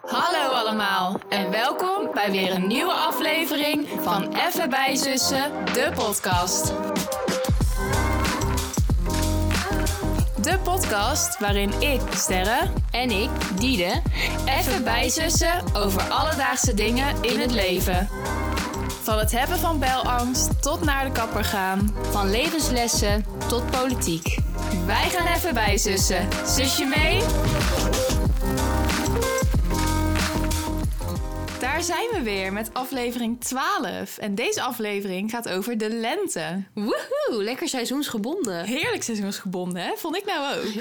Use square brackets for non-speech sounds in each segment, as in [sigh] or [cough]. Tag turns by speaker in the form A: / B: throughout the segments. A: Hallo allemaal en welkom bij weer een nieuwe aflevering van Even bij Zussen, de podcast. De podcast waarin ik, Sterre, en ik, Diede, even bijzussen over alledaagse dingen in het leven. Van het hebben van belangst tot naar de kapper gaan, van levenslessen tot politiek. Wij gaan even bijzussen. Zus je mee? Daar zijn we weer met aflevering 12. En deze aflevering gaat over de lente. Nou,
B: Woehoe, lekker seizoensgebonden.
A: Heerlijk seizoensgebonden, hè? Vond ik nou ook.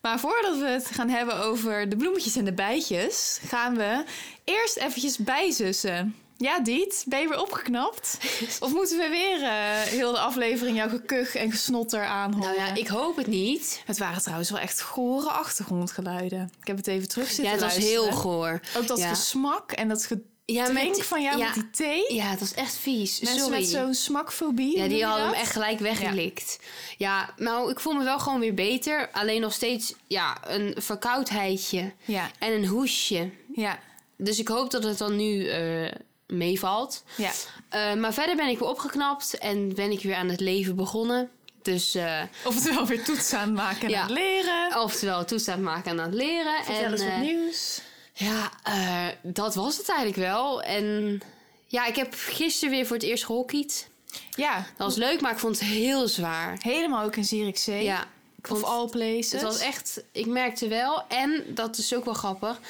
A: Maar voordat we het gaan hebben over de bloemetjes en de bijtjes, gaan we eerst eventjes bijzussen. Ja, Diet, ben je weer
B: [laughs]
A: opgeknapt? Of moeten we weer eh, heel de aflevering jouw gekuch en gesnotter aanhoren?
B: Nou ja, ik hoop het niet.
A: Het waren trouwens wel echt gore achtergrondgeluiden. Ik heb het even terug zitten
B: Ja, het was
A: luisteren.
B: heel goor.
A: Ook dat
B: ja.
A: gesmak en dat
B: Ja, met
A: gedrink
B: die-
A: van jou
B: ja.
A: met die thee.
B: Ja, het was echt vies.
A: Mensen
B: Sorry.
A: met zo'n smakfobie.
B: ja,
A: noem
B: die
A: je
B: hadden
A: dat?
B: hem echt gelijk weggelikt. Ja. nou, ik voel me wel gewoon weer beter. Alleen nog steeds, ja, een verkoudheidje
A: Ja,
B: en een hoesje.
A: ja,
B: Dus ik hoop dat het dan nu eh, meevalt.
A: ja.
B: Eh, maar verder ben ik weer opgeknapt en ben ik weer aan het leven begonnen. Dus, eh,
A: Oftewel weer toetsen aan maken en
B: Ja.
A: aan het leren.
B: oftewel, toestaat maken en aan het leren.
A: Vertel
B: en,
A: eens wat
B: eh,
A: nieuws.
B: Ja, eh, dat was het eigenlijk wel. En ja, ik heb gisteren weer voor het eerst gehockeyd.
A: Ja,
B: Dat was leuk, maar ik vond het heel zwaar.
A: helemaal ook in Zierikzee.
B: Ja, ik
A: Of
B: vond
A: all places.
B: het was echt, ik merkte wel, en dat is ook wel grappig.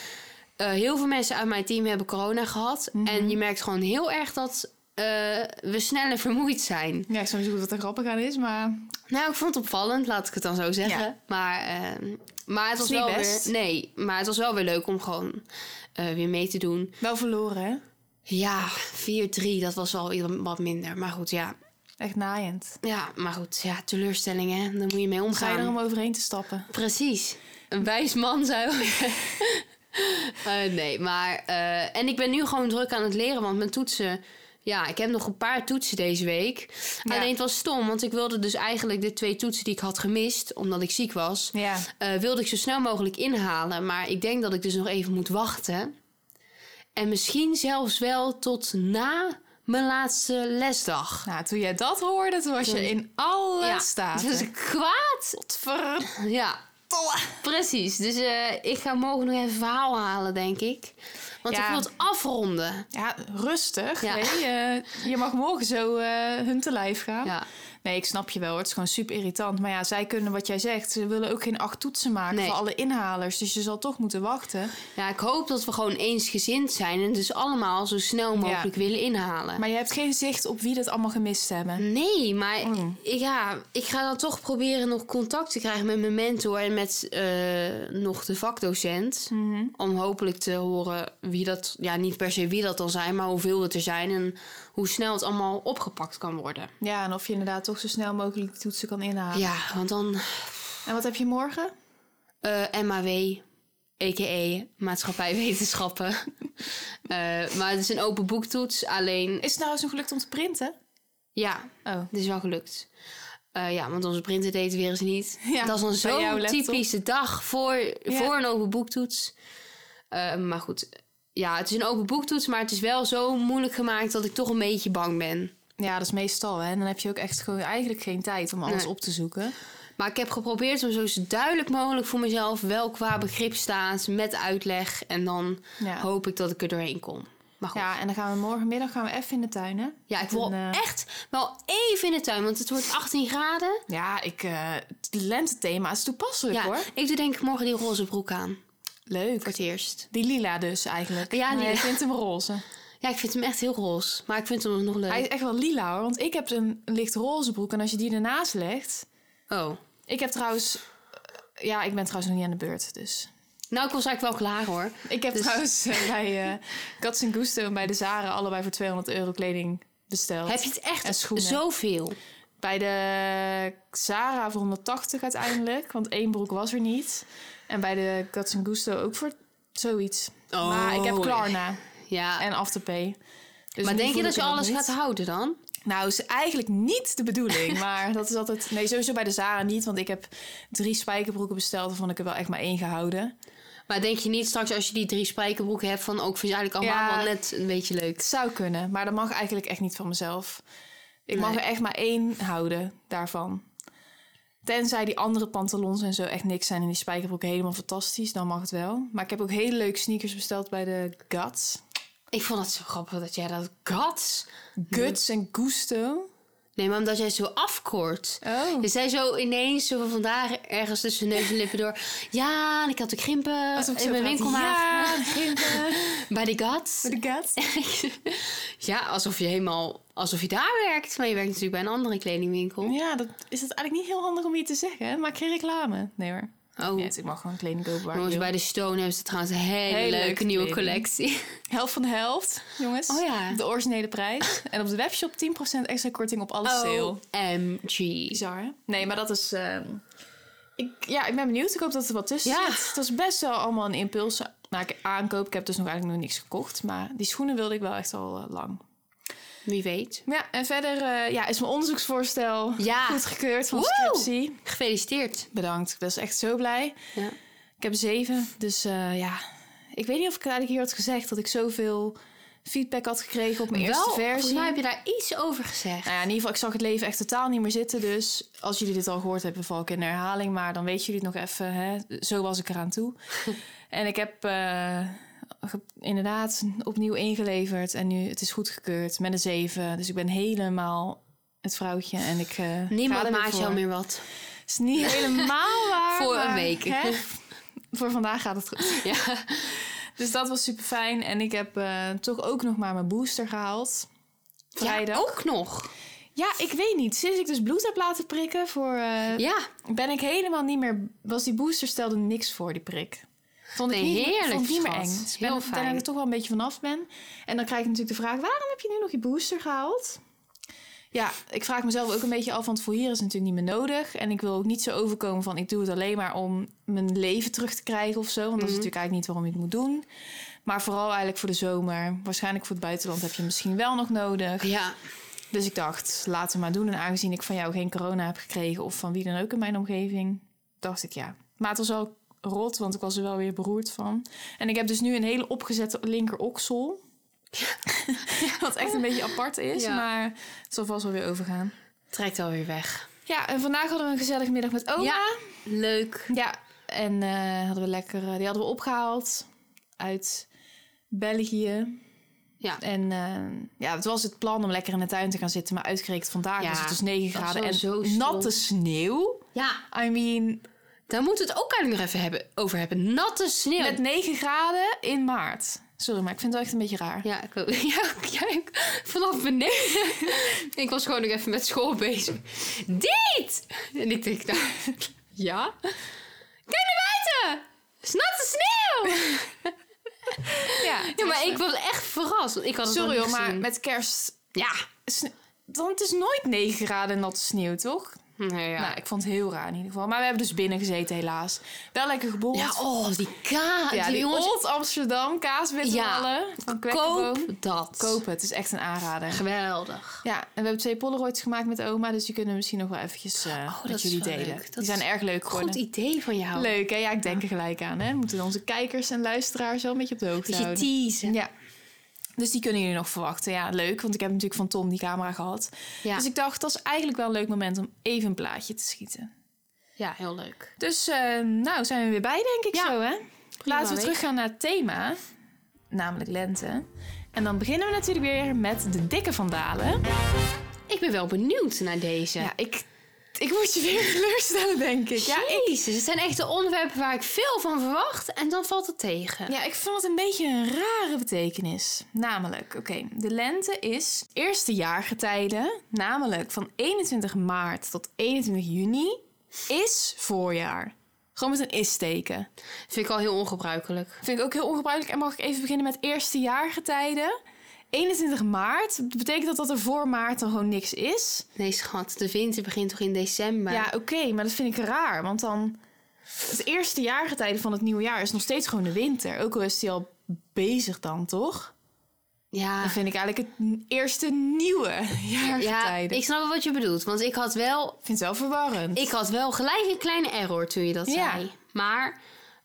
B: eh, heel veel mensen uit mijn team hebben corona gehad.
A: Mhm.
B: En je merkt gewoon heel erg dat eh, we sneller [laughs] vermoeid zijn.
A: Ja, ik snap niet zo goed wat er grappig aan is, maar...
B: Nou, ik vond het opvallend, laat ik het dan zo zeggen.
A: Ja.
B: Maar, eh, maar het was
A: niet
B: wel
A: best.
B: weer. Nee, maar het was wel weer leuk om gewoon eh, weer mee te doen.
A: Wel verloren, hè?
B: Ja, 4-3, dat was wel iets wat minder. Maar goed, ja.
A: Echt naaiend.
B: Ja, maar goed, ja, teleurstellingen, hè. daar moet je mee
A: Ga je er
B: omgaan.
A: om overheen te stappen?
B: Precies. Een wijs man zou... [laughs] Eh, nee, maar... eh, en ik ben nu gewoon druk aan het leren, want mijn toetsen... Ja, ik heb nog een paar toetsen deze week.
A: Ja.
B: Alleen het was stom, want ik wilde dus eigenlijk de twee toetsen die ik had gemist... omdat ik ziek was,
A: Ja.
B: eh, wilde ik zo snel mogelijk inhalen. Maar ik denk dat ik dus nog even moet wachten. En misschien zelfs wel tot na mijn laatste lesdag.
A: Nou, toen jij dat hoorde, toen was je
B: Toen-
A: in alle staten.
B: dus ik kwaad.
A: Godverdomme.
B: Ja, precies. Dus eh, ik ga morgen nog even een verhaal halen, denk ik. Want
A: Ja.
B: ik wil het afronden.
A: Ja, rustig.
B: Ja.
A: Nee, eh, je mag morgen zo eh, hun te lijf gaan.
B: Ja,
A: Nee, ik snap je wel. hoor. Het is gewoon super irritant. Maar ja, zij kunnen wat jij zegt. Ze willen ook geen acht toetsen maken
B: Nee.
A: voor alle inhalers. Dus je zal toch moeten wachten.
B: ja ik hoop dat we gewoon eensgezind zijn en dus allemaal zo snel mogelijk willen inhalen.
A: Maar je hebt geen zicht op wie dat allemaal gemist hebben.
B: Nee, maar
A: Mm.
B: ik- ja, ik ga dan toch proberen nog contact te krijgen met mijn mentor en met eh, nog de vakdocent.
A: Mhm.
B: Om hopelijk te horen wie dat, ja, niet per se wie dat dan zijn, maar hoeveel het er zijn en hoe snel het allemaal opgepakt kan worden.
A: Ja, en of je inderdaad toch zo snel mogelijk de toetsen kan inhalen.
B: Ja, want dan
A: En wat heb je morgen?
B: eh, MAW, a.k.a. maatschappij wetenschappen. [laughs] Eh, maar het is een open boektoets, alleen
A: Is het nou eens nog gelukt om te printen?
B: ja,
A: Oh.
B: Het is wel gelukt. Eh, ja, want onze printer deed het weer eens niet.
A: [laughs] Ja,
B: dat is dan
A: bij jouw
B: zo'n
A: laptop.
B: typische dag voor, voor een open boektoets. Eh, maar goed, ja, het is een open boektoets, maar het is wel zo moeilijk gemaakt dat ik toch een beetje bang ben.
A: Ja, dat is meestal. Hè? En dan heb je ook echt gewoon eigenlijk geen tijd om alles
B: Nee.
A: op te zoeken.
B: Maar ik heb geprobeerd om zo duidelijk mogelijk voor mezelf wel qua begrip staat met uitleg. En dan
A: Ja.
B: hoop ik dat ik er doorheen kom. Maar goed.
A: ja, en dan gaan we morgenmiddag gaan we even in de tuin, hè?
B: Ja, ik wil
A: En, eh,
B: echt wel even in de tuin, want het wordt 18 graden.
A: Ja, ik, eh, het lentethema is toepasselijk,
B: Ja,
A: hoor.
B: ik doe denk ik morgen die roze broek aan.
A: Leuk.
B: Voor het eerst.
A: Die lila dus eigenlijk.
B: Ja,
A: Maar
B: lila.
A: jij vindt hem roze.
B: Ja, ik vind hem echt heel roze. Maar ik vind hem nog leuk.
A: Hij is echt wel lila, hoor. Want ik heb een, een licht roze broek. En als je die ernaast legt...
B: Oh.
A: Ik heb trouwens... eh, Ja, ik ben trouwens nog niet aan de beurt, dus...
B: Nou, ik was eigenlijk wel klaar hoor.
A: Ik heb
B: Dus-
A: trouwens eh, bij eh Cats Gusto en bij de Zara allebei voor 200 euro kleding besteld.
B: Heb je het
A: En
B: echt
A: schoenen.
B: zoveel?
A: Bij de Zara voor 180 uiteindelijk, want één broek was er niet. En bij de Cats Gusto ook voor zoiets.
B: Oh.
A: maar ik heb Klarna
B: Ja.
A: en Afterpay. Dus
B: maar
A: nu
B: denk
A: voel
B: je
A: ik
B: dat je
A: het nog
B: alles
A: niet.
B: gaat houden dan?
A: Nou, is eigenlijk niet de
B: [laughs]
A: bedoeling. Maar dat is altijd... Nee, sowieso bij de Zara niet. Want ik heb drie spijkerbroeken besteld... waarvan ik er wel echt maar één gehouden.
B: Maar denk je niet straks als je die drie spijkerbroeken hebt van ook vind je eigenlijk allemaal
A: Ja.
B: wel net een beetje leuk?
A: Het zou kunnen, maar dat mag eigenlijk echt niet van mezelf. Ik mag
B: Nee.
A: er echt maar één houden daarvan. Tenzij die andere pantalons en zo echt niks zijn en die spijkerbroeken helemaal fantastisch, dan mag het wel. Maar ik heb ook hele leuke sneakers besteld bij de Guts.
B: Ik vond het zo grappig dat jij dat guts.
A: Guts en Gusto.
B: Nee, maar omdat jij zo afkort.
A: Oh.
B: Je zei zo ineens, zo van vandaag ergens tussen neus en lippen door. Ja, en ik had de krimpen
A: Alsof ik zo
B: in mijn
A: praat.
B: winkelmaag.
A: Ja, [laughs] gimpen.
B: Bij de guts.
A: Bij de Guts.
B: Ja, alsof je helemaal, alsof je daar werkt. Maar je werkt natuurlijk bij een andere kledingwinkel.
A: Ja, dat is het eigenlijk niet heel handig om hier te zeggen. hè? Maak geen reclame. Nee hoor.
B: Oh,
A: Yes, ik mag gewoon kleding kopen waar ik
B: jongens,
A: wil.
B: bij de Stone hebben ze trouwens een hele
A: Hele
B: leuke
A: leuke
B: nieuwe
A: kleding.
B: collectie.
A: Helft van de helft, jongens.
B: Oh ja.
A: De originele prijs. en op de webshop 10% extra korting
B: [laughs]
A: op alle
B: Oh,
A: sale.
B: OMG.
A: Bizar, hè? Nee, maar dat is... ehm, ik, ja, ik ben benieuwd. Ik hoop dat er wat tussen
B: Ja.
A: zit. Dat is best wel allemaal een impuls maken, aankoop. Ik heb dus nog eigenlijk nog niks gekocht. Maar die schoenen wilde ik wel echt al eh, lang.
B: Wie weet.
A: Ja, en verder eh, ja, is mijn onderzoeksvoorstel
B: Ja.
A: goedgekeurd van
B: Woe!
A: scriptie.
B: Gefeliciteerd.
A: Bedankt. Ik was echt zo blij.
B: Ja.
A: Ik heb zeven, dus eh, ja. Ik weet niet of ik eigenlijk hier had gezegd dat ik zoveel feedback had gekregen op mijn eerste
B: Wel, volgens
A: versie.
B: mij heb je daar iets over gezegd.
A: Nou ja, in ieder geval, ik zag het leven echt totaal niet meer zitten. Dus als jullie dit al gehoord hebben, val ik in de herhaling. Maar dan weten jullie het nog even. Hè? Zo was ik eraan
B: [laughs]
A: toe. en ik heb eh, ge- inderdaad opnieuw ingeleverd. En nu, het is goedgekeurd met een zeven. Dus ik ben helemaal het vrouwtje. En ik, eh, ga
B: Niemand
A: er weer
B: maakt
A: voor.
B: jou meer wat.
A: Het is niet helemaal waar.
B: Voor een
A: maar,
B: week.
A: hè, Voor vandaag gaat het goed.
B: Ja.
A: Dus dat was super fijn. En ik heb eh, toch ook nog maar mijn booster gehaald. Vrijdag.
B: Ja, oh.
A: Ja,
B: ook nog.
A: ik weet niet. Sinds ik dus bloed heb laten prikken, voor, eh,
B: Ja.
A: ben ik helemaal niet meer. Was die booster stelde niks voor die prik. Vond ik
B: Nee,
A: niet,
B: heerlijk,
A: vond ik niet meer
B: schat.
A: eng. Dus ik ben
B: Heel
A: ik denk dat ik
B: fijn.
A: er toch wel een beetje vanaf ben. En dan krijg ik natuurlijk de vraag: waarom heb je nu nog je booster gehaald? Ja, ik vraag mezelf ook een beetje af, want voor hier is het natuurlijk niet meer nodig. En ik wil ook niet zo overkomen van ik doe het alleen maar om mijn leven terug te krijgen of zo. Want dat is
B: Mhm.
A: natuurlijk eigenlijk niet waarom je het moet doen. Maar vooral eigenlijk voor de zomer. Waarschijnlijk voor het buitenland heb je hem misschien wel nog nodig.
B: Ja.
A: Dus ik dacht, laten we maar doen. En aangezien ik van jou geen corona heb gekregen of van wie dan ook in mijn omgeving, dacht ik ja. Maar het was wel rot, want ik was er wel weer beroerd van. En ik heb dus nu een hele opgezette linker oksel. [laughs] Wat echt een beetje apart is,
B: Ja.
A: maar het zal vast wel weer overgaan.
B: Trekt alweer weg.
A: Ja, en vandaag hadden we een gezellige middag met oma. Ja,
B: Ja. Leuk.
A: en eh, hadden we lekker, eh, die hadden we opgehaald uit België.
B: Ja.
A: En eh, ja, het was het plan om lekker in de tuin te gaan zitten. Maar uitgerekend vandaag
B: Ja,
A: was het dus 9
B: was
A: graden
B: wel
A: en
B: zo stom.
A: natte sneeuw.
B: Ja.
A: I mean,
B: Daar moeten we het ook eigenlijk nog even hebben, over hebben. Natte sneeuw.
A: met 9 graden in maart. Sorry, maar ik vind het wel echt een beetje raar.
B: Ja, ik ook. [laughs] Ja, ook- ja, ik- vanaf beneden. [laughs] ik was gewoon nog even met school bezig. Dit! En ik denk, nou, [laughs] ja? Kijk naar buiten! Het is natte
A: [laughs]
B: sneeuw!
A: Ja,
B: Ja, maar ik was echt verrast. want Ik had het nog
A: Dus, eh, Sorry
B: niet
A: hoor, maar
B: gezien.
A: met kerst...
B: Ja.
A: sne- Dan het is nooit 9 graden natte sneeuw, toch?
B: Nee, ja.
A: Nou, ik vond het heel raar in ieder geval. Maar we hebben dus binnen gezeten helaas. Wel lekker geboren.
B: ja, oh, die kaas.
A: Ja, die,
B: jongens,
A: Old Amsterdam kaaswittenballen
B: Ja,
A: van Kwekkenboom.
B: koop dat.
A: Kopen, het is echt een aanrader.
B: Geweldig.
A: Ja, en we hebben twee Polaroids gemaakt met oma, dus die kunnen we misschien nog wel eventjes eh,
B: Oh, dat
A: met
B: is
A: jullie
B: wel
A: delen.
B: leuk. Dat
A: die zijn
B: is
A: erg leuk
B: Goed
A: geworden.
B: idee van jou.
A: Leuk, hè? Ja, ik denk er gelijk aan, hè? Moeten we onze kijkers en luisteraars wel een beetje op de hoogte
B: Dat je
A: houden.
B: teasen.
A: Ja. Dus die kunnen jullie nog verwachten. Ja, leuk, want ik heb natuurlijk van Tom die camera gehad.
B: Ja.
A: Dus ik dacht, dat is eigenlijk wel een leuk moment om even een plaatje te schieten.
B: ja, heel leuk.
A: Dus, eh, nou, zijn we weer bij, denk ik
B: Ja.
A: zo, hè? Laten we
B: week.
A: teruggaan naar het thema, namelijk lente. En dan beginnen we natuurlijk weer met de dikke vandalen.
B: Ik ben wel benieuwd naar deze.
A: Ja, ik, ik moet je weer [laughs] teleurstellen, denk ik. Ja, ik,
B: Jezus, het zijn echt de onderwerpen waar ik veel van verwacht en dan valt het tegen.
A: ja, ik vond het een beetje een rare betekenis. Namelijk, oké, de lente is eerste jaargetijden, namelijk van 21 maart tot 21 juni, is voorjaar. Gewoon met een is-teken.
B: Vind ik al heel ongebruikelijk.
A: Vind ik ook heel ongebruikelijk. En mag ik even beginnen met eerste jaargetijden? 21 maart, betekent dat dat er voor maart dan gewoon niks is?
B: Nee, schat, de winter begint toch in december?
A: Ja, oké, maar dat vind ik raar. Want dan. Het eerste jaargetijde van het nieuwe jaar is nog steeds gewoon de winter. Ook al is die al bezig dan, toch?
B: ja.
A: Dan vind ik eigenlijk het n- eerste nieuwe [laughs]
B: Ja,
A: jaargetijde.
B: ik snap wel wat je bedoelt. Want ik had wel,
A: vind het wel verwarrend.
B: ik had wel gelijk een kleine error toen je dat
A: Ja.
B: zei. Maar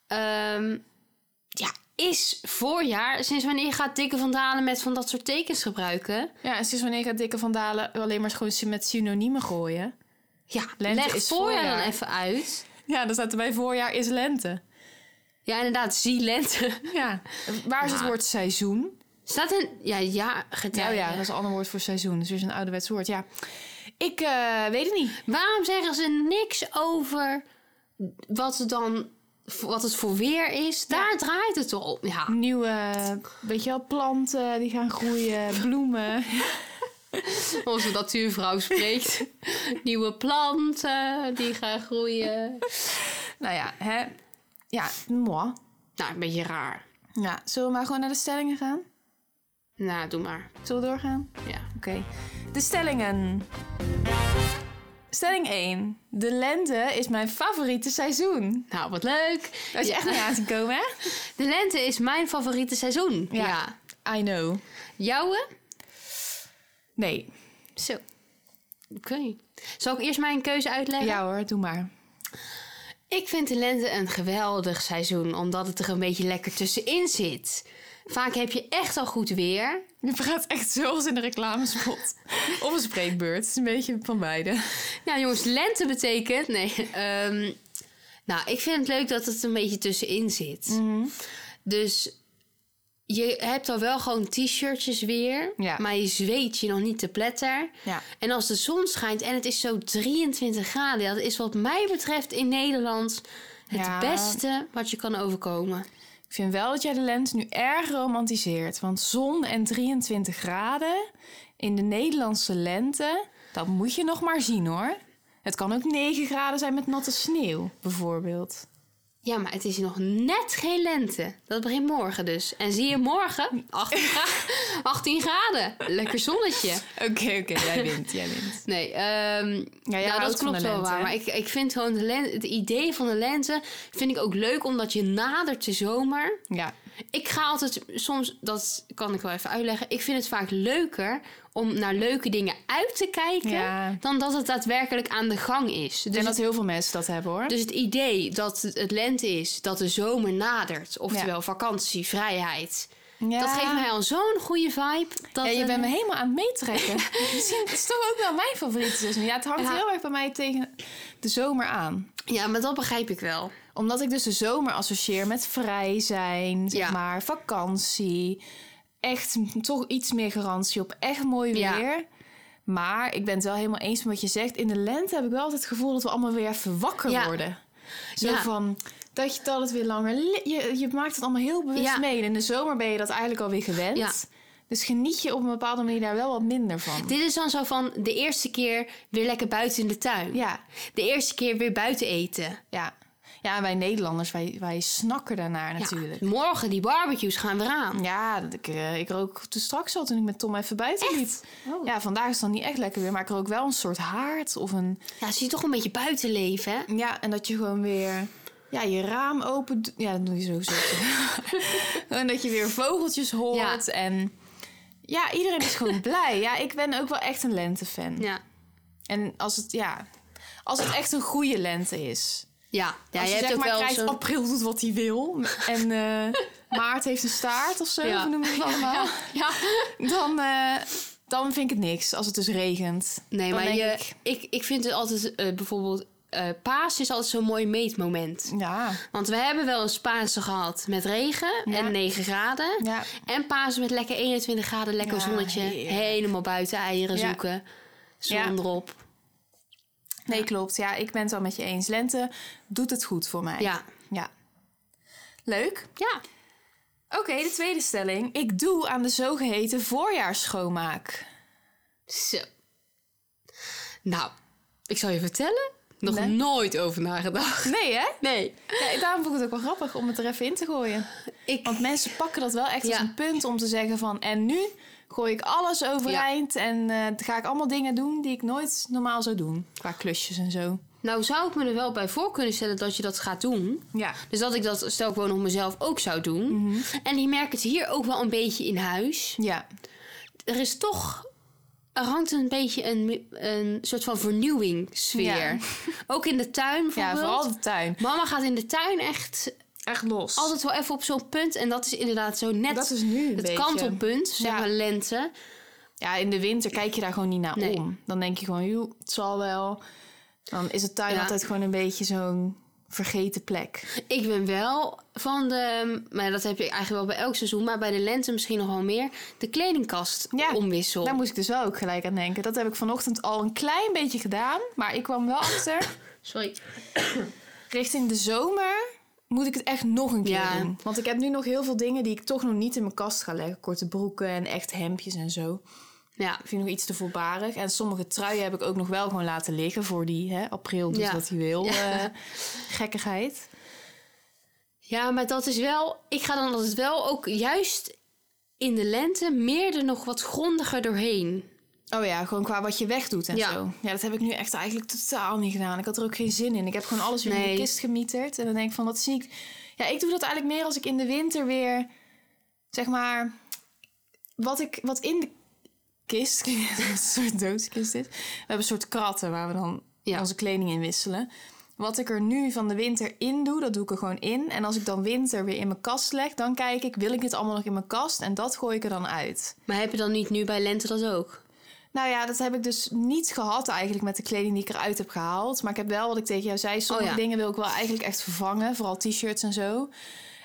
B: ehm, is voorjaar. Sinds wanneer gaat Dikke van Dalen met van dat soort tekens gebruiken?
A: Ja, en sinds wanneer gaat Dikke van Dalen alleen maar gewoon met synoniemen gooien?
B: Ja,
A: Lente
B: leg
A: is
B: voorjaar,
A: voorjaar.
B: dan even uit.
A: Ja, dan staat er bij voorjaar is lente.
B: Ja, inderdaad, zie lente. [laughs]
A: Ja. Waar is het
B: Maar-
A: woord seizoen?
B: Staat een... Ja, ja, getijden.
A: Nou ja, dat is een ander woord voor seizoen. Dus weer een ouderwets woord, ja. Ik eh, weet het niet.
B: Waarom zeggen ze niks over wat het dan... Wat het voor weer is? Daar draait het toch op. Ja.
A: Nieuwe, weet je wel, planten die gaan groeien, bloemen.
B: Onze
A: [laughs]
B: natuurvrouw spreekt. Nieuwe planten die gaan groeien.
A: Nou ja, hè. Ja, moi.
B: Nou, een beetje raar.
A: Ja, zullen we maar gewoon naar de stellingen gaan?
B: Nou, doe maar.
A: Zullen we doorgaan?
B: Ja.
A: Oké. De stellingen. Stelling 1. De lente is mijn favoriete seizoen.
B: Nou, wat leuk.
A: Dat is
B: Ja.
A: echt niet aan te komen, hè?
B: De lente is mijn favoriete seizoen.
A: Ja.
B: Ja.
A: I know.
B: Jouwe?
A: Nee.
B: Zo. Oké. Zal ik eerst mijn keuze uitleggen?
A: Ja hoor, doe maar.
B: Ik vind de lente een geweldig seizoen, omdat het er een beetje lekker tussenin zit. Vaak heb je echt al goed weer.
A: Je praat echt zoals in de [laughs] reclamespot. of een spreekbeurt. Het is een beetje van beide.
B: Nou jongens, lente betekent... Nee, [laughs] ehm, nou, ik vind het leuk dat het een beetje tussenin zit.
A: Mhm.
B: Dus je hebt al wel gewoon t-shirtjes weer,
A: Ja.
B: maar je zweet je nog niet te pletter.
A: Ja.
B: En als de zon schijnt en het is zo 23 graden, dat is wat mij betreft in Nederland het
A: Ja.
B: beste wat je kan overkomen.
A: Ik vind wel dat jij de lente nu erg romantiseert. Want zon en 23 graden in de Nederlandse lente, dat moet je nog maar zien hoor. Het kan ook 9 graden zijn met natte sneeuw, bijvoorbeeld.
B: Ja, maar het is nog net geen lente. Dat begint morgen dus. En zie je morgen
A: [laughs]
B: 18, gra- 18 graden. Lekker zonnetje.
A: Oké, oké, [laughs] jij wint, jij wint.
B: Nee, ehm
A: jij
B: nou, dat
A: houdt van
B: klopt
A: de
B: wel
A: lente,
B: waar.
A: hè?
B: Maar ik, ik vind gewoon de len- het idee van de lente vind ik ook leuk, omdat je nadert de zomer.
A: Ja,
B: Ik ga altijd soms, dat kan ik wel even uitleggen. Ik vind het vaak leuker om naar leuke dingen uit te kijken
A: Ja.
B: dan dat het daadwerkelijk aan de gang is. Dus
A: en
B: het
A: dat heel veel mensen dat hebben hoor.
B: dus het idee dat het het lente is, dat de zomer nadert, oftewel vakantie, vrijheid.
A: ja.
B: Dat geeft mij al zo'n goede vibe. Dat ehm,
A: Ja, je
B: een-
A: bent me helemaal aan het
B: [laughs]
A: meetrekken. Misschien het is toch ook wel mijn favoriete seizoen. Ja, het hangt
B: Ja.
A: heel erg bij mij tegen de zomer aan.
B: ja, maar dat begrijp ik wel.
A: Omdat ik dus de zomer associeer met vrij zijn, zeg
B: Ja.
A: maar, vakantie. Echt toch iets meer garantie op echt mooi weer.
B: Ja.
A: Maar ik ben het wel helemaal eens met wat je zegt. In de lente heb ik wel altijd het gevoel dat we allemaal weer even wakker
B: Ja.
A: worden. Zo
B: Ja.
A: van, dat, je, dat het weer langer... li- Je, je maakt het allemaal heel bewust
B: Ja.
A: mee. En in de zomer ben je dat eigenlijk alweer gewend.
B: Ja.
A: Dus geniet je op een bepaalde manier daar wel wat minder van.
B: Dit is dan zo van de eerste keer weer lekker buiten in de tuin.
A: Ja,
B: De eerste keer weer buiten eten.
A: ja. Ja, en wij Nederlanders, wij, wij snakken daarnaar
B: Ja,
A: natuurlijk.
B: morgen die barbecues gaan weer aan.
A: Ja, dat ik, eh, ik rook toen straks al toen ik met Tom even buiten liep.
B: Oh.
A: Ja, vandaag is het dan niet echt lekker weer, maar ik rook wel een soort haard of een...
B: Ja, zie je toch een beetje buiten leven, hè?
A: Ja, en dat je gewoon weer ja, je raam open... doet. Ja, dat doe je sowieso. [laughs] en dat je weer vogeltjes hoort en... Ja, iedereen is gewoon blij. Ja, ik ben ook wel echt een lentefan.
B: Ja.
A: En als het, ja, als het echt een goede lente is.
B: Ja, ja
A: als
B: je,
A: je,
B: hebt
A: zeg
B: ook
A: maar
B: wel
A: krijgt, [laughs]
B: zo'n...
A: april doet wat hij wil. En eh, maart heeft een staart of zo,
B: Ja.
A: hoe noemen we dat allemaal?
B: Ja.
A: Dan, eh, dan vind ik het niks als het dus regent.
B: Nee,
A: Dan
B: maar
A: denk
B: je,
A: ik-
B: ik... Ik, vind het altijd eh, bijvoorbeeld... eh paas is altijd zo'n mooi meetmoment.
A: Ja,
B: Want we hebben wel een Spaanse gehad met regen
A: Ja.
B: en 9 graden.
A: ja.
B: En Pasen met lekker 21 graden, lekker
A: Ja,
B: zonnetje.
A: heerlijk.
B: Helemaal buiten eieren
A: Ja.
B: zoeken. Zon
A: Ja.
B: erop.
A: Nee, klopt. Ja, ik ben het wel met je eens. Lente doet het goed voor mij.
B: Ja.
A: Ja. Leuk.
B: ja.
A: Oké, de tweede stelling. Ik doe aan de zogeheten voorjaarsschoonmaak.
B: Zo. Nou, ik zal je vertellen. Nog
A: Nee.
B: nooit over nagedacht.
A: Nee, hè?
B: Nee.
A: Ja, daarom vond ik het ook wel grappig om het er even in te gooien.
B: Ik,
A: Want mensen pakken dat wel echt als
B: Ja.
A: een punt om te zeggen van... en nu gooi ik alles overeind en eh, ga ik allemaal dingen doen... die ik nooit normaal zou doen. Qua klusjes en zo.
B: nou zou ik me er wel bij voor kunnen stellen dat je dat gaat doen.
A: Ja.
B: Dus dat ik dat, stel ik woon op mezelf, ook zou doen.
A: Mhm.
B: En je merkt het hier ook wel een beetje in huis.
A: Ja.
B: er is toch. Er hangt een beetje een, een soort van vernieuwingssfeer. [laughs]
A: Ja.
B: Ook in de tuin bijvoorbeeld.
A: ja, vooral de tuin.
B: Mama gaat in de tuin echt
A: echt los.
B: altijd wel even op zo'n punt. En dat is inderdaad zo net
A: dat is nu een
B: het
A: beetje.
B: kantelpunt, zeg
A: Ja.
B: maar lente.
A: Ja, in de winter kijk je daar gewoon niet naar
B: Nee.
A: om. Dan denk je gewoon, joh, het zal wel. Dan is het tuin
B: Ja.
A: altijd gewoon een beetje zo'n vergeten plek.
B: Ik ben wel van de, maar dat heb je eigenlijk wel bij elk seizoen, maar bij de lente misschien nog wel meer, de kledingkast
A: Ja,
B: omwissel.
A: Daar moest ik dus wel ook gelijk aan denken. Dat heb ik vanochtend al een klein beetje gedaan. Maar ik kwam wel achter,
B: [laughs] Sorry.
A: richting de zomer moet ik het echt nog een keer
B: Ja.
A: doen. Want ik heb nu nog heel veel dingen die ik toch nog niet in mijn kast ga leggen. Korte broeken en echt hemdjes en zo.
B: Ja,
A: Ik vind nog iets te voorbarig. En sommige truien heb ik ook nog wel gewoon laten liggen voor die hè, april, dus
B: Ja.
A: dat hij wil.
B: Ja.
A: eh, gekkigheid.
B: Ja, maar dat is wel. Ik ga dan altijd wel ook juist in de lente meer er nog wat grondiger doorheen.
A: Oh ja, gewoon qua wat je wegdoet en
B: Ja.
A: zo. Ja, dat heb ik nu echt eigenlijk totaal niet gedaan. Ik had er ook geen zin in. Ik heb gewoon alles weer in
B: Nee.
A: de kist gemieterd. En dan denk ik van, wat zie ik... Ja, ik doe dat eigenlijk meer als ik in de winter weer... Zeg maar... Wat, ik, wat in de kist... [laughs] een soort doodskist is. We hebben een soort kratten waar we dan
B: Ja.
A: onze kleding in wisselen. Wat ik er nu van de winter in doe, dat doe ik er gewoon in. En als ik dan winter weer in mijn kast leg, dan kijk ik... Wil ik dit allemaal nog in mijn kast? En dat gooi ik er dan uit.
B: Maar heb je dan niet nu bij lente dat ook?
A: Nou ja, dat heb ik dus niet gehad eigenlijk met de kleding die ik eruit heb gehaald. Maar ik heb wel wat ik tegen jou zei. Sommige
B: Oh ja.
A: dingen wil ik wel eigenlijk echt vervangen. Vooral t-shirts en zo.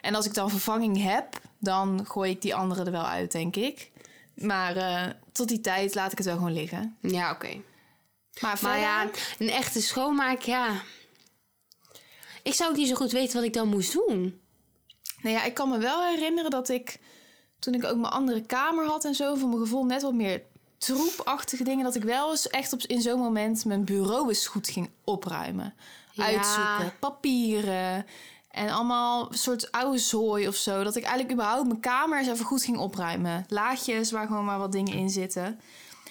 A: En als ik dan vervanging heb, dan gooi ik die andere er wel uit, denk ik. Maar eh, tot die tijd laat ik het wel gewoon liggen.
B: Ja, oké.
A: Maar,
B: Maar
A: verder-
B: ja, een echte schoonmaak, ja. Ik zou ook niet zo goed weten wat ik dan moest doen.
A: Nou ja, ik kan me wel herinneren dat ik... toen ik ook mijn andere kamer had en zo... voor mijn gevoel net wat meer troepachtige dingen... dat ik wel eens echt op, in zo'n moment... mijn bureau eens goed ging opruimen.
B: Ja.
A: Uitzoeken, papieren... en allemaal een soort oude zooi of zo. Dat ik eigenlijk überhaupt mijn kamer eens even goed ging opruimen. Laadjes waar gewoon maar wat dingen in zitten.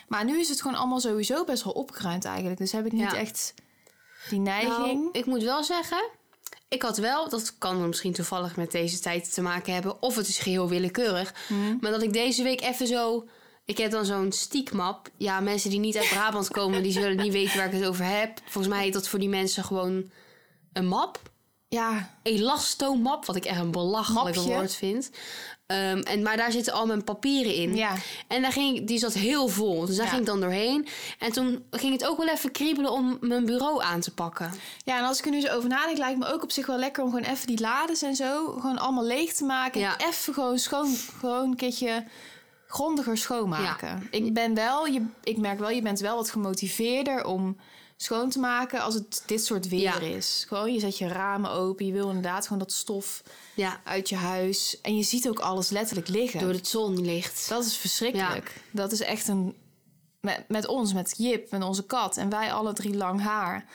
A: Maar nu is het gewoon allemaal sowieso best wel opgeruimd eigenlijk. Dus heb ik niet
B: Ja.
A: echt die
B: Nou,
A: neiging.
B: ik moet wel zeggen, ik had wel, dat kan dan misschien toevallig met deze tijd te maken hebben, of het is geheel willekeurig, maar dat ik deze week even zo. Ik heb dan zo'n stiekmap. Ja, mensen die niet uit Brabant komen, die zullen niet weten waar ik het over heb. Volgens mij heet dat voor die mensen gewoon een map.
A: Ja,
B: Elastomap, wat ik echt een belachelijk
A: Mapje.
B: woord vind. Ehm, en, maar daar zitten al mijn papieren in.
A: ja.
B: En daar ging, ik- die zat heel vol. Dus daar
A: Ja.
B: ging ik dan doorheen. En toen ging het ook wel even kriebelen om mijn bureau aan te pakken.
A: Ja, en als ik er nu zo over nadenk, lijkt me ook op zich wel lekker om gewoon even die lades en zo gewoon allemaal leeg te maken.
B: Ja.
A: En even gewoon schoon, gewoon een keertje grondiger schoonmaken. Ik ben wel, je, ik merk wel, je bent wel wat gemotiveerder om schoon te maken als het dit soort weer
B: Ja.
A: is. Gewoon, je zet je ramen open, je wil inderdaad gewoon dat stof
B: Ja,
A: uit je huis. En je ziet ook alles letterlijk liggen.
B: Door het zonlicht.
A: Dat is verschrikkelijk. Dat is echt een. Met, met ons, met Jip, met onze kat en wij alle drie lang haar.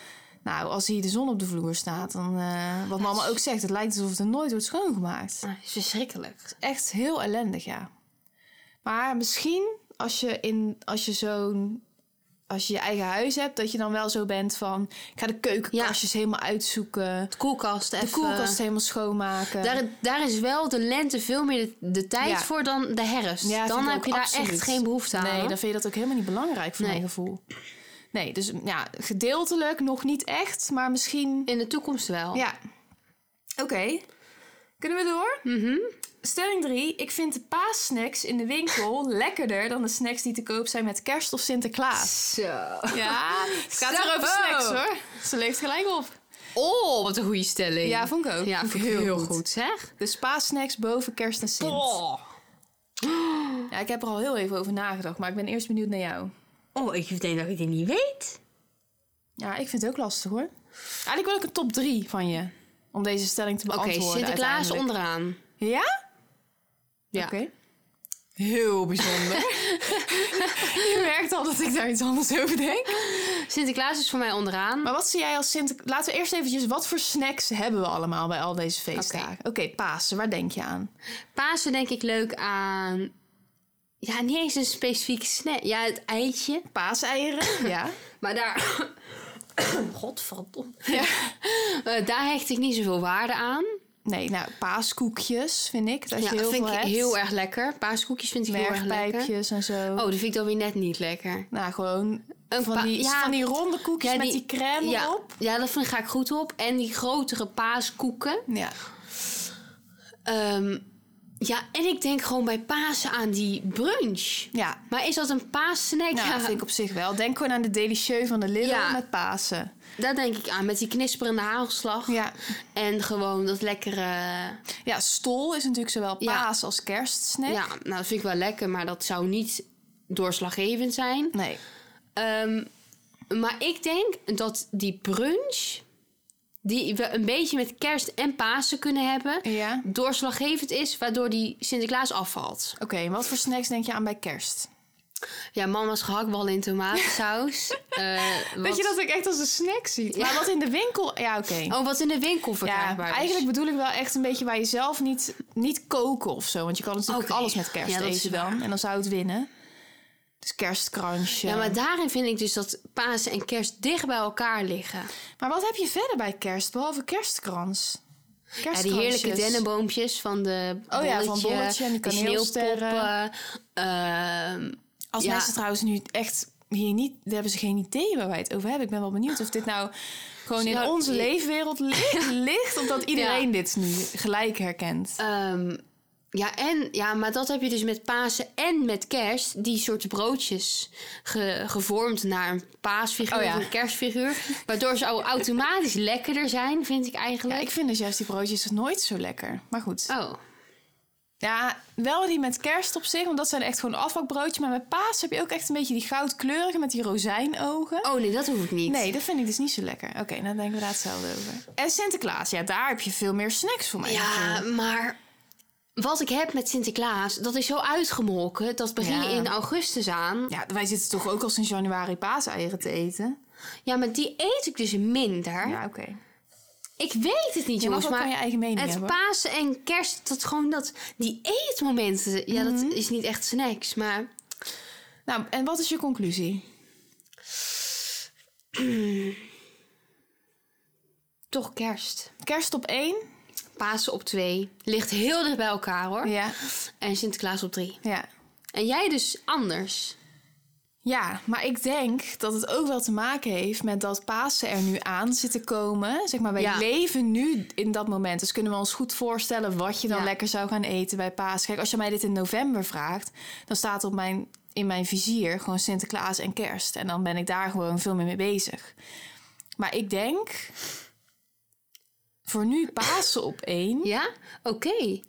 A: Nou, als hier de zon op de vloer staat, dan. eh, wat mama ook zegt, het lijkt alsof het er nooit wordt schoongemaakt.
B: Dat is verschrikkelijk.
A: Echt heel ellendig, ja. Maar misschien als je, in, als je zo'n. Als je je eigen huis hebt, dat je dan wel zo bent van. Ik ga de keukenkastjes helemaal uitzoeken.
B: De koelkast even.
A: De koelkast helemaal schoonmaken.
B: Daar, daar is wel de lente veel meer de, de tijd
A: Ja.
B: voor dan de herfst.
A: Ja, vind
B: dan
A: ik
B: heb
A: ook
B: je daar
A: absoluut.
B: echt geen behoefte aan.
A: Nee,
B: hoor.
A: dan vind je dat ook helemaal niet belangrijk voor
B: Nee.
A: mijn gevoel. Nee, dus ja, gedeeltelijk nog niet echt, maar misschien.
B: In de toekomst wel.
A: Ja. Oké. Kunnen we door?
B: Mhm.
A: Stelling 3. Ik vind de paassnacks in de winkel [laughs] lekkerder dan de snacks die te koop zijn met kerst of Sinterklaas.
B: Zo.
A: [laughs] Ja, het gaat
B: Zo.
A: er over snacks hoor. Ze leeft gelijk op.
B: Oh, wat een goede stelling.
A: Ja, vond ik ook.
B: Ja,
A: Vond
B: vind ik heel, goed. zeg.
A: Dus paassnacks boven kerst en Sint.
B: Oh.
A: Ja, ik heb er al heel even over nagedacht, maar ik ben eerst benieuwd naar jou.
B: oh, ik denk dat ik dit niet weet.
A: Ja, ik vind het ook lastig hoor. Eigenlijk wil ik een top 3 van je. Om deze stelling te
B: Oké,
A: beantwoorden.
B: Sinterklaas
A: uiteindelijk.
B: onderaan.
A: Ja?
B: Ja.
A: Oké. Heel
B: [laughs]
A: bijzonder. je merkt al dat [laughs] ik daar iets anders over denk.
B: Sinterklaas is voor mij onderaan.
A: Maar wat zie jij als Sinterklaas? Laten we eerst eventjes, wat voor snacks hebben we allemaal bij al deze feestdagen? Oké, Pasen, waar denk je aan?
B: Pasen denk ik leuk aan... Ja, niet eens een specifiek snack. Ja, het eitje. [coughs]
A: Paaseieren? ja.
B: Maar daar. [coughs] Godverdomme.
A: ja.
B: [laughs] Eh, daar hecht ik niet zoveel waarde aan.
A: Nee, nou, paaskoekjes vind ik. Dat
B: Ja,
A: je heel
B: vind
A: veel
B: ik
A: hebt.
B: heel erg lekker. Paaskoekjes vind ik heel erg lekker.
A: Mergpijpjes en zo.
B: Oh, die vind ik dan weer net niet lekker.
A: Nou, gewoon
B: Een
A: van
B: pa-
A: die,
B: ja.
A: van die ronde koekjes
B: Ja,
A: met die crème
B: ja,
A: op.
B: Ja, dat vind, ga ik goed op. En die grotere paaskoeken.
A: Ja.
B: Ehm, ja, en ik denk gewoon bij Pasen aan die brunch.
A: Ja.
B: Maar is dat een paassnack?
A: Nou,
B: ja,
A: dat vind ik op zich wel. Denk gewoon aan de delicieux van de Lidl
B: Ja.
A: met Pasen.
B: daar denk ik aan. Met die knisperende hagelslag.
A: Ja.
B: En gewoon dat lekkere...
A: ja, stol is natuurlijk zowel
B: Ja.
A: paas als kerstsnack.
B: Ja, nou dat vind ik wel lekker, maar dat zou niet doorslaggevend zijn.
A: Nee.
B: Ehm, maar ik denk dat die brunch, die we een beetje met kerst en Pasen kunnen hebben,
A: Ja.
B: doorslaggevend is, waardoor die Sinterklaas afvalt.
A: Oké, en wat voor snacks denk je aan bij kerst?
B: Ja, mama's gehaktballen in tomatensaus. [laughs] Eh,
A: Weet
B: wat-
A: je dat ik echt als een snack zie? Maar wat in de winkel... Ja, oké.
B: Oh, wat in de winkel
A: Ja,
B: verkrijgbaar is.
A: eigenlijk bedoel ik wel echt een beetje bij jezelf niet, niet koken of zo. Want je kan natuurlijk
B: Oké.
A: alles met kerst
B: Ja, dat is
A: eten dan. En dan zou het winnen. Dus kerstkransje.
B: Ja,
A: maar,
B: maar daarin vind ik dus dat Pasen en kerst dicht bij elkaar liggen.
A: wat heb je verder bij kerst? Behalve kerstkrans.
B: Ja, die heerlijke
A: Kerstkransjes.
B: dennenboompjes van de
A: Oh ja, van bolletje en die
B: de
A: kaneelsterren.
B: sneeuwpoppen. ehm,
A: Als
B: Ja.
A: mensen trouwens nu echt hier niet, daar hebben ze geen idee waar wij het over hebben. Ik ben wel benieuwd of dit nou gewoon in
B: Nou,
A: onze
B: ik-
A: leefwereld [laughs] li- ligt, of dat iedereen dit nu gelijk herkent.
B: ehm, ja, en, ja, maar dat heb je dus met Pasen en met kerst. Die soort broodjes ge- gevormd naar een paasfiguur
A: Oh ja.
B: of een kerstfiguur. Waardoor ze au- automatisch lekkerder zijn, vind ik
A: Ja,
B: eigenlijk.
A: ik vind dus juist die broodjes nooit zo lekker. Maar goed.
B: Oh,
A: Ja, wel die met kerst op zich, want dat zijn echt gewoon afbakbroodjes. Maar met paas heb je ook echt een beetje die goudkleurige met die rozijnogen.
B: oh nee, dat hoef ik niet.
A: Nee, dat vind ik dus niet zo lekker. Oké, dan denken we daar hetzelfde over. En Sinterklaas, ja, daar heb je veel meer snacks voor mij.
B: Ja, maar wat ik heb met Sinterklaas, dat is zo uitgemolken. Dat begin je
A: Ja.
B: in augustus aan.
A: ja, wij zitten toch ook al sinds januari paaseieren te eten?
B: Ja, maar die eet ik dus minder.
A: Ja, oké.
B: Ik weet het niet,
A: Je mag
B: jongens,
A: ook
B: maar
A: van je eigen mening
B: het
A: hebben.
B: Pasen en Kerst, dat gewoon dat die eetmomenten, ja,
A: Mhm.
B: dat is niet echt snacks, maar
A: Nou, en wat is je conclusie?
B: toch Kerst.
A: Kerst op één?
B: Pasen op twee ligt heel dicht bij elkaar, hoor.
A: Ja.
B: En Sinterklaas op drie.
A: Ja.
B: En jij dus anders.
A: Ja, maar ik denk dat het ook wel te maken heeft met dat Pasen er nu aan zit te komen. Zeg maar, wij
B: Ja.
A: leven nu in dat moment. Dus kunnen we ons goed voorstellen wat je dan
B: Ja.
A: lekker zou gaan eten bij Pasen. Kijk, als je mij dit in november vraagt, dan staat op mijn, in mijn vizier gewoon Sinterklaas en Kerst. En dan ben ik daar gewoon veel meer mee bezig. Maar ik denk voor nu Pasen op één.
B: Ja? Oké.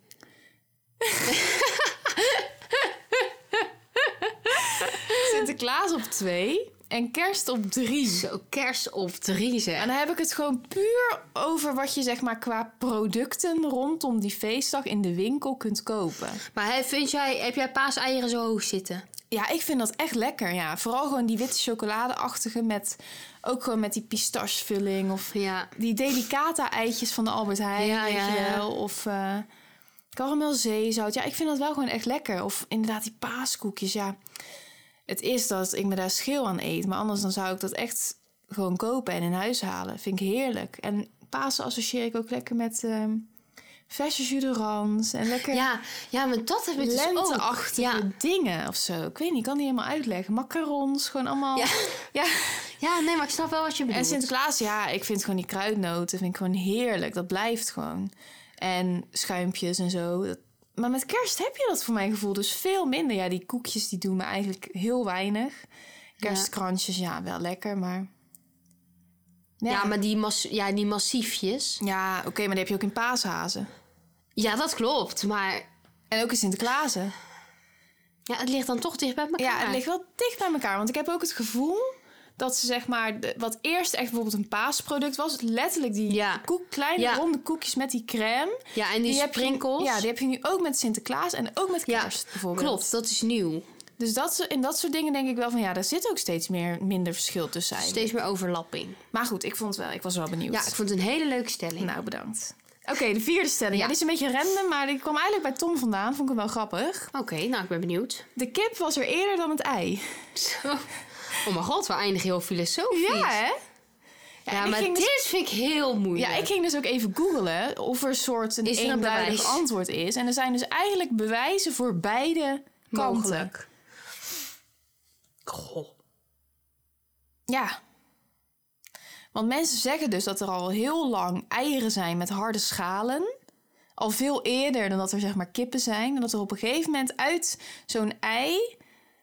A: Sinterklaas op twee en kerst op drie.
B: Zo, Kerst op drie, zeg.
A: En dan heb ik het gewoon puur over wat je zeg maar qua producten rondom die feestdag in de winkel kunt kopen.
B: Maar hè, vind jij, heb jij paaseieren zo hoog zitten?
A: Ja, ik vind dat echt lekker. Ja, vooral gewoon die witte chocoladeachtige met ook gewoon met die pistachevulling of
B: Ja.
A: die delicata eitjes van de Albert Heijn,
B: Ja,
A: weet
B: ja,
A: je
B: ja.
A: wel, of eh karamelzeezout. Ja, ik vind dat wel gewoon echt lekker. Of inderdaad die paaskoekjes. Ja, het is dat ik me daar schil aan eet, maar anders dan zou ik dat echt gewoon kopen en in huis halen. Vind ik heerlijk. En Pasen associeer ik ook lekker met ehm verse jus de rans en lekker
B: Ja, ja, maar dat heb ik dus ook.
A: lenteachtige
B: Ja. dingen
A: dingen of zo. Ik weet niet, ik kan niet helemaal uitleggen. Macarons, gewoon allemaal.
B: Ja.
A: ja.
B: ja, nee, maar ik snap wel wat je bedoelt.
A: En Sinterklaas, ja, ik vind gewoon die kruidnoten vind ik gewoon heerlijk. Dat blijft gewoon. En schuimpjes en zo. dat- Maar met kerst heb je dat voor mijn gevoel dus veel minder. Ja, die koekjes die doen me eigenlijk heel weinig. Kerstkransjes, ja, wel lekker, maar...
B: ja. maar die, mas ja, die massiefjes.
A: Ja, oké, maar die heb je ook in paashazen.
B: Ja, dat klopt, maar
A: En ook in Sinterklaasen.
B: ja, het ligt dan toch dicht bij elkaar.
A: Ja, het ligt wel dicht bij elkaar. Want ik heb ook het gevoel dat ze zeg maar... de- wat eerst echt bijvoorbeeld een paasproduct was... letterlijk die
B: Ja.
A: koek, kleine
B: Ja.
A: ronde koekjes met die crème...
B: Ja, en die,
A: heb je-
B: sprinkels.
A: ja, die heb je nu ook met Sinterklaas en ook met
B: Ja,
A: kerst bijvoorbeeld.
B: klopt, dat is nieuw.
A: Dus dat, zo- in dat soort dingen denk ik wel van ja, daar zit ook steeds meer, minder verschil tussen. eigenlijk.
B: Steeds meer overlapping.
A: Maar goed, ik vond wel, ik was wel benieuwd.
B: Ja, ik vond het een hele leuke stelling.
A: Nou, bedankt. Oké, de vierde stelling. Ja.
B: Ja.
A: die is een beetje random, maar die kwam eigenlijk bij Tom vandaan. Vond ik hem wel grappig.
B: Oké, nou, ik ben benieuwd.
A: De kip was er eerder dan het ei.
B: Zo. Oh mijn god, we eindigen heel filosofisch.
A: Ja, hè?
B: Ja,
A: en ik
B: maar
A: ging
B: dit
A: dus-
B: vind ik heel moeilijk.
A: Ja, ik ging dus ook even googlen of er een soort een
B: Is er een
A: eenduidig
B: bewijs?
A: antwoord is. En er zijn dus eigenlijk bewijzen voor beide kanten.
B: Mogelijk. Goh.
A: Ja. Want mensen zeggen dus dat er al heel lang eieren zijn met harde schalen. al veel eerder dan dat er zeg maar kippen zijn. En dat er op een gegeven moment uit zo'n ei,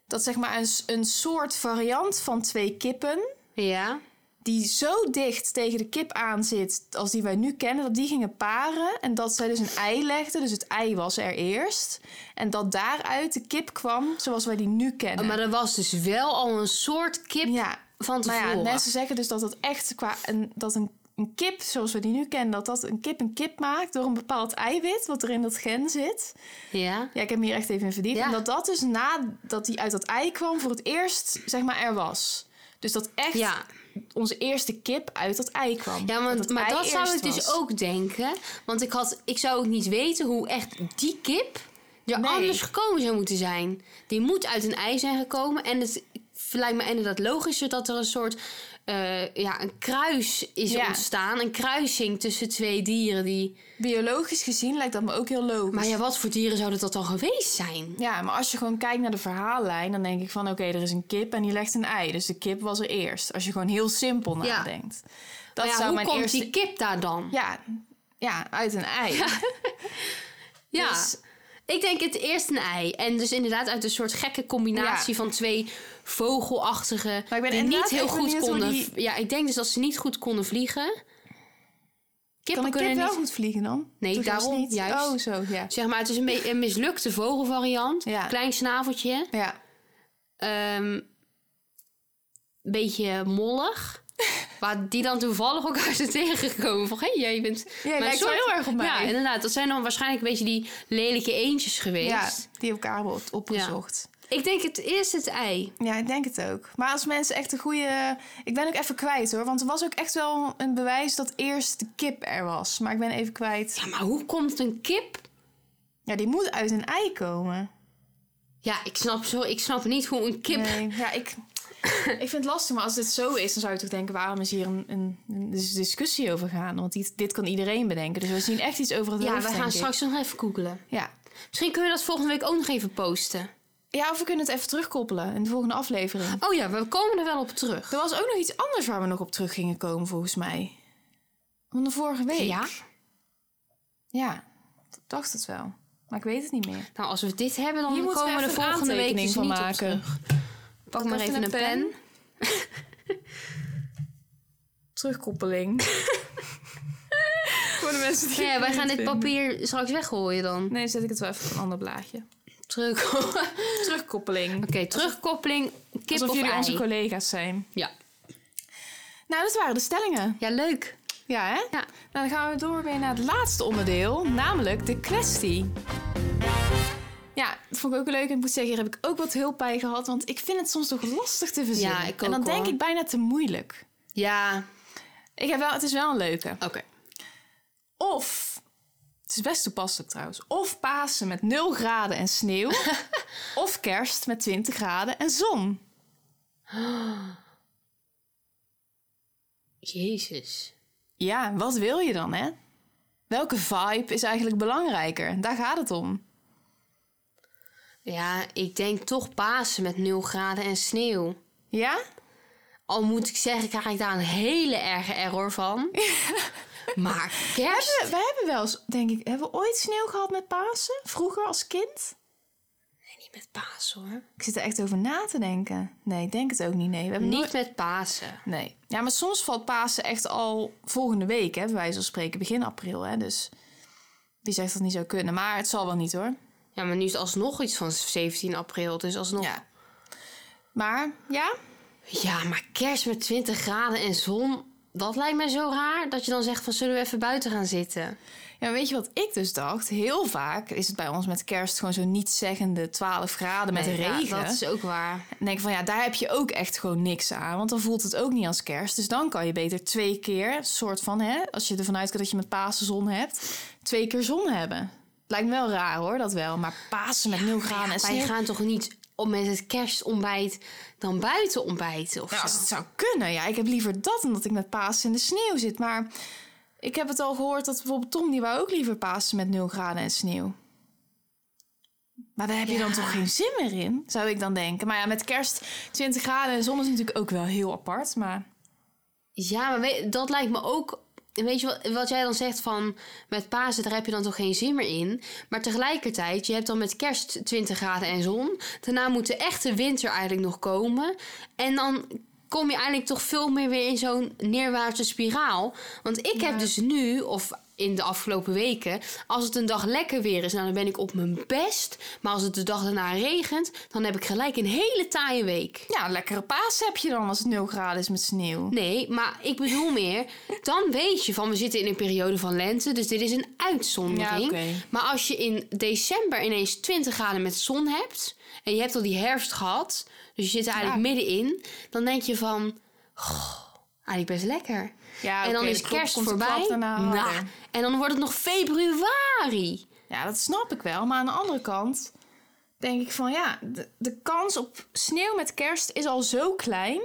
A: dat zeg maar een, s- een soort variant van twee kippen,
B: Ja.
A: die zo dicht tegen de kip aan zit als die wij nu kennen, dat die gingen paren. En dat zij dus een ei legden, dus het ei was er eerst. En dat daaruit de kip kwam zoals wij die nu kennen.
B: Maar er was dus wel al een soort kip
A: ja,
B: van
A: maar
B: tevoren.
A: ja, mensen zeggen dus dat dat echt qua een, dat een, een kip, zoals we die nu kennen, dat dat een kip een kip maakt door een bepaald eiwit wat er in dat gen zit.
B: Ja.
A: Ja, ik heb me hier echt even in verdiept.
B: Ja.
A: En dat dat dus nadat die uit dat ei kwam voor het eerst, zeg maar, er was. Dus dat echt
B: Ja.
A: onze eerste kip uit dat ei kwam.
B: Ja, maar
A: het
B: dat, maar
A: ei
B: dat zou
A: eerst
B: ik dus
A: was.
B: ook denken. Want ik, had, ik zou ook niet weten hoe echt die kip er
A: Nee.
B: anders gekomen zou moeten zijn. Die moet uit een ei zijn gekomen. En het lijkt me inderdaad logischer dat er een soort eh, ja, een kruis is
A: Ja.
B: ontstaan. Een kruising tussen twee dieren die...
A: Biologisch gezien lijkt dat me ook heel logisch.
B: Maar ja, wat voor dieren zouden dat dan geweest zijn?
A: Ja, maar als je gewoon kijkt naar de verhaallijn, dan denk ik van oké, er is een kip en die legt een ei. Dus de kip was er eerst. Als je gewoon heel simpel
B: Ja.
A: nadenkt. Dat
B: Maar ja,
A: zou
B: hoe
A: mijn
B: komt
A: eerste.
B: die kip daar dan?
A: Ja, ja, uit een
B: [laughs]
A: ei. Ja.
B: Ja.
A: Dus-
B: Ik denk het eerst een ei. En dus inderdaad uit een soort gekke combinatie
A: Ja.
B: van twee vogelachtige...
A: Maar ik ben
B: die
A: inderdaad
B: niet heel
A: echt
B: goed
A: benieuwd hoe
B: konden...
A: die-
B: v- Ja, ik denk dus dat ze niet goed konden vliegen. Kippen
A: Kan een
B: kunnen
A: kip wel
B: niet...
A: goed vliegen dan?
B: Nee,
A: Toch
B: daarom,
A: niet?
B: juist.
A: Oh, zo, ja.
B: Zeg maar, het is een, be- een mislukte vogelvariant.
A: Ja.
B: Klein snaveltje.
A: Ja,
B: Ehm
A: [laughs]
B: beetje mollig. Waar die dan toevallig elkaar zijn tegengekomen. Van, hé, jij bent...
A: ja
B: mijn
A: lijkt wel
B: soort-
A: heel erg op mij.
B: Ja, inderdaad. Dat zijn dan waarschijnlijk een beetje die lelijke eendjes geweest.
A: Ja, die elkaar hebben op- opgezocht.
B: Ik denk het eerst het ei.
A: Ja. ik denk het ook. Maar als mensen echt een goede... Ik ben ook even kwijt hoor. Want er was ook echt wel een bewijs dat eerst de kip er was. Maar ik ben even kwijt.
B: Ja, maar hoe komt een kip?
A: Ja, die moet uit een ei komen.
B: Ja, ik snap, zo, ik snap niet hoe een kip.
A: Nee, ja,
B: [laughs]
A: ik, ik vind het lastig. Maar als dit zo is, dan zou je toch denken... waarom is hier een, een, een discussie over gaan? Want dit, dit kan iedereen bedenken. Dus we zien echt iets over het
B: ja,
A: hoofd,
B: we gaan
A: denk ik.
B: straks nog even googelen.
A: Ja.
B: Misschien kunnen we dat volgende week ook nog even posten.
A: ja, of we kunnen het even terugkoppelen in de volgende aflevering.
B: Oh ja, we komen er wel op terug.
A: Er was ook nog iets anders waar we nog op terug gingen komen, volgens mij. Van de vorige week.
B: Ja?
A: Ja, ik dacht het wel. Maar ik weet het niet meer.
B: Nou, als we dit hebben, dan
A: Hier moeten we
B: komen we er
A: even een
B: volgende week
A: aantekening
B: dus
A: van
B: niet op
A: maken.
B: terug. Pak maar even een pen.
A: Terugkoppeling. [laughs] Voor de mensen die.
B: Ja,
A: het
B: wij
A: niet
B: gaan dit
A: vinden.
B: papier straks weggooien dan.
A: Nee, zet ik het wel even op een ander blaadje.
B: Terug. Oké, [laughs]
A: Terugkoppeling.
B: terugkoppeling. Kip
A: Alsof
B: of
A: jullie
B: ei.
A: onze collega's zijn.
B: ja.
A: Nou, dat waren de stellingen.
B: ja, leuk.
A: Ja, hè?
B: Ja.
A: Nou, dan gaan we door weer naar het laatste onderdeel, namelijk de kwestie. Ja, dat vond ik ook leuk. En ik moet zeggen, hier heb ik ook wat hulp bij gehad. Want ik vind het soms toch lastig te verzinnen.
B: Ja, ik
A: en dan
B: ook,
A: denk
B: hoor.
A: ik bijna te moeilijk.
B: Ja,
A: Ik heb wel, het is wel een leuke.
B: oké.
A: Of, het is best toepasselijk trouwens. Of Pasen met 0 graden en
B: [laughs]
A: sneeuw. of kerst met 20 graden en zon.
B: Jezus.
A: Ja, wat wil je dan, hè? Welke vibe is eigenlijk belangrijker? Daar gaat het om.
B: Ja, ik denk toch Pasen met 0 graden en sneeuw.
A: Ja?
B: Al moet ik zeggen, krijg ik daar een hele erge error
A: [laughs]
B: van. maar kerst?
A: Eh, We, we hebben wel eens, denk ik, hebben we ooit sneeuw gehad met Pasen? Vroeger als kind?
B: Nee, niet met Pasen hoor.
A: Ik zit er echt over na te denken. Nee, ik denk het ook niet. Nee, we hebben nooit-
B: Niet met Pasen.
A: Nee. Ja, maar soms valt Pasen echt al volgende week, hè, bij wijze van spreken, begin april. Hè, dus wie zegt dat het niet zou kunnen? Maar het zal wel niet hoor.
B: Ja, maar nu is het alsnog iets van 17 april, dus alsnog... Ja,
A: Ja. Maar ja,
B: maar kerst met 20 graden en zon, dat lijkt mij zo raar. Dat je dan zegt van, zullen we even buiten gaan zitten?
A: ja, weet je wat ik dus dacht? Heel vaak is het bij ons met kerst gewoon zo'n nietszeggende 12 graden met
B: Nee, ja,
A: regen.
B: dat is ook waar.
A: En denk van ja, daar heb je ook echt gewoon niks aan. Want dan voelt het ook niet als kerst. Dus dan kan je beter twee keer, soort van hè, als je ervan uitgaat dat je met Pasen zon hebt, twee keer zon hebben. Lijkt me wel raar hoor, dat wel. Maar Pasen met nul graden en
B: Wij
A: sneeuw.
B: gaan toch niet om met het kerstontbijt dan buiten ontbijten of
A: Nou, als
B: zo?
A: het zou kunnen. Ja, ik heb liever dat dan dat ik met Pasen in de sneeuw zit. Maar ik heb het al gehoord dat bijvoorbeeld Tom, die wou ook liever Pasen met 0 graden en sneeuw. Maar daar heb je
B: Ja.
A: dan toch geen zin meer in, zou ik dan denken. Maar ja, met kerst 20 graden en zon is natuurlijk ook wel heel apart. Maar
B: Ja, maar we- dat lijkt me ook En weet je wat, wat jij dan zegt van met Pasen, daar heb je dan toch geen zin meer in. Maar tegelijkertijd, je hebt dan met kerst 20 graden en zon. Daarna moet de echte winter eigenlijk nog komen. En dan kom je eigenlijk toch veel meer weer in zo'n neerwaartse spiraal. Want ik heb dus nu, of in de afgelopen weken, als het een dag lekker weer is, nou, dan ben ik op mijn best. Maar als het de dag daarna regent, dan heb ik gelijk een hele taaie week.
A: Ja, lekkere paas heb je dan als het 0 graden is met sneeuw.
B: Nee, maar ik bedoel meer, dan weet je van we zitten in een periode van lente, dus dit is een uitzondering.
A: Ja, oké.
B: Maar als je in december ineens 20 graden met zon hebt en je hebt al die herfst gehad, dus je zit er eigenlijk middenin, dan denk je van, "Goh, eigenlijk best lekker.
A: Ja,
B: en dan
A: oké,
B: is
A: dat klopt,
B: kerst
A: komt de
B: voorbij.
A: klap daarna
B: Nou,
A: harder.
B: en dan wordt het nog februari.
A: Ja, dat snap ik wel. Maar aan de andere kant denk ik van ja, de, de kans op sneeuw met kerst is al zo klein.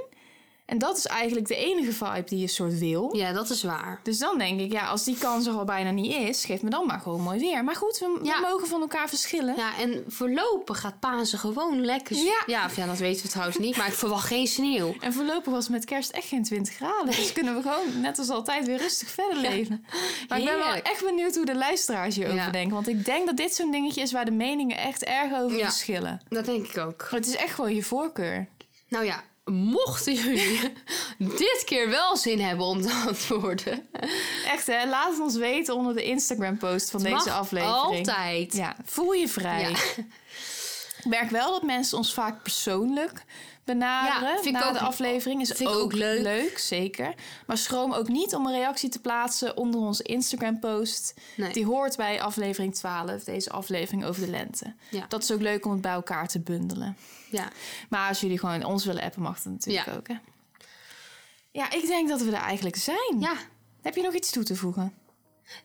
A: En dat is eigenlijk de enige vibe die je soort wil.
B: Ja, dat is waar.
A: Dus dan denk ik, ja, als die kans er al bijna niet is, geef me dan maar gewoon mooi weer. Maar goed, we, we
B: Ja.
A: mogen van elkaar verschillen.
B: Ja, en voorlopig gaat Pasen gewoon lekker. s-
A: Ja.
B: Ja, of ja, dat weten we trouwens niet, maar ik verwacht geen sneeuw.
A: En voorlopig was het met kerst echt geen 20 graden. Dus kunnen we gewoon, net als altijd, weer rustig verder leven. Maar ik ben wel
B: Heerlijk.
A: echt benieuwd hoe de luisteraars hierover
B: Ja.
A: denken. Want ik denk dat dit zo'n dingetje is waar de meningen echt erg over
B: Ja.
A: verschillen.
B: Dat denk ik ook.
A: Maar het is echt gewoon je voorkeur.
B: Nou ja, mochten
A: [laughs]
B: jullie dit keer wel zin hebben om te antwoorden.
A: Echt hè, laat het ons weten onder de Instagram post van
B: mag
A: deze aflevering.
B: altijd.
A: Ja, voel je vrij.
B: Ja.
A: Ik merk wel dat mensen ons vaak persoonlijk benaderen
B: Ja, vind ik
A: na
B: ook-
A: de aflevering. Is
B: vind ik ook leuk.
A: zeker. Maar schroom ook niet om een reactie te plaatsen onder onze Instagram post.
B: Nee.
A: Die hoort bij aflevering 12, deze aflevering over de lente.
B: Ja.
A: Dat is ook leuk om het bij elkaar te bundelen.
B: Ja.
A: Maar als jullie gewoon ons willen appen, mag dat natuurlijk
B: Ja.
A: ook hè. Ja, ik denk dat we er eigenlijk zijn.
B: ja.
A: Heb je nog iets toe te voegen?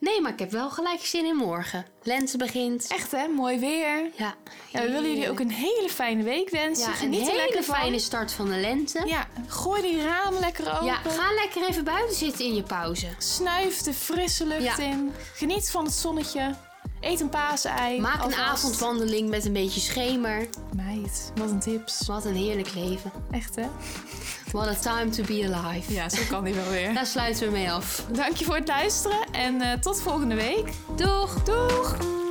B: Nee, maar ik heb wel gelijk zin in morgen. Lente begint.
A: Echt hè, mooi weer.
B: Ja.
A: Ja, we willen jullie ook een hele fijne week wensen.
B: ja, een
A: Geniet er
B: hele
A: lekker van.
B: fijne start van de lente.
A: Ja, gooi die ramen lekker open.
B: Ja, ga lekker even buiten zitten in je pauze.
A: Snuif de frisse lucht
B: Ja.
A: in. Geniet van het zonnetje. Eet een paasei.
B: Maak een
A: alvast.
B: avondwandeling met een beetje schemer.
A: Meid, wat een tips.
B: Wat een heerlijk leven.
A: Echt hè?
B: What a time to be alive.
A: zo kan die wel weer.
B: Daar sluiten we mee af.
A: Dank je voor het luisteren en eh, tot volgende week.
B: Doeg!
A: Doeg!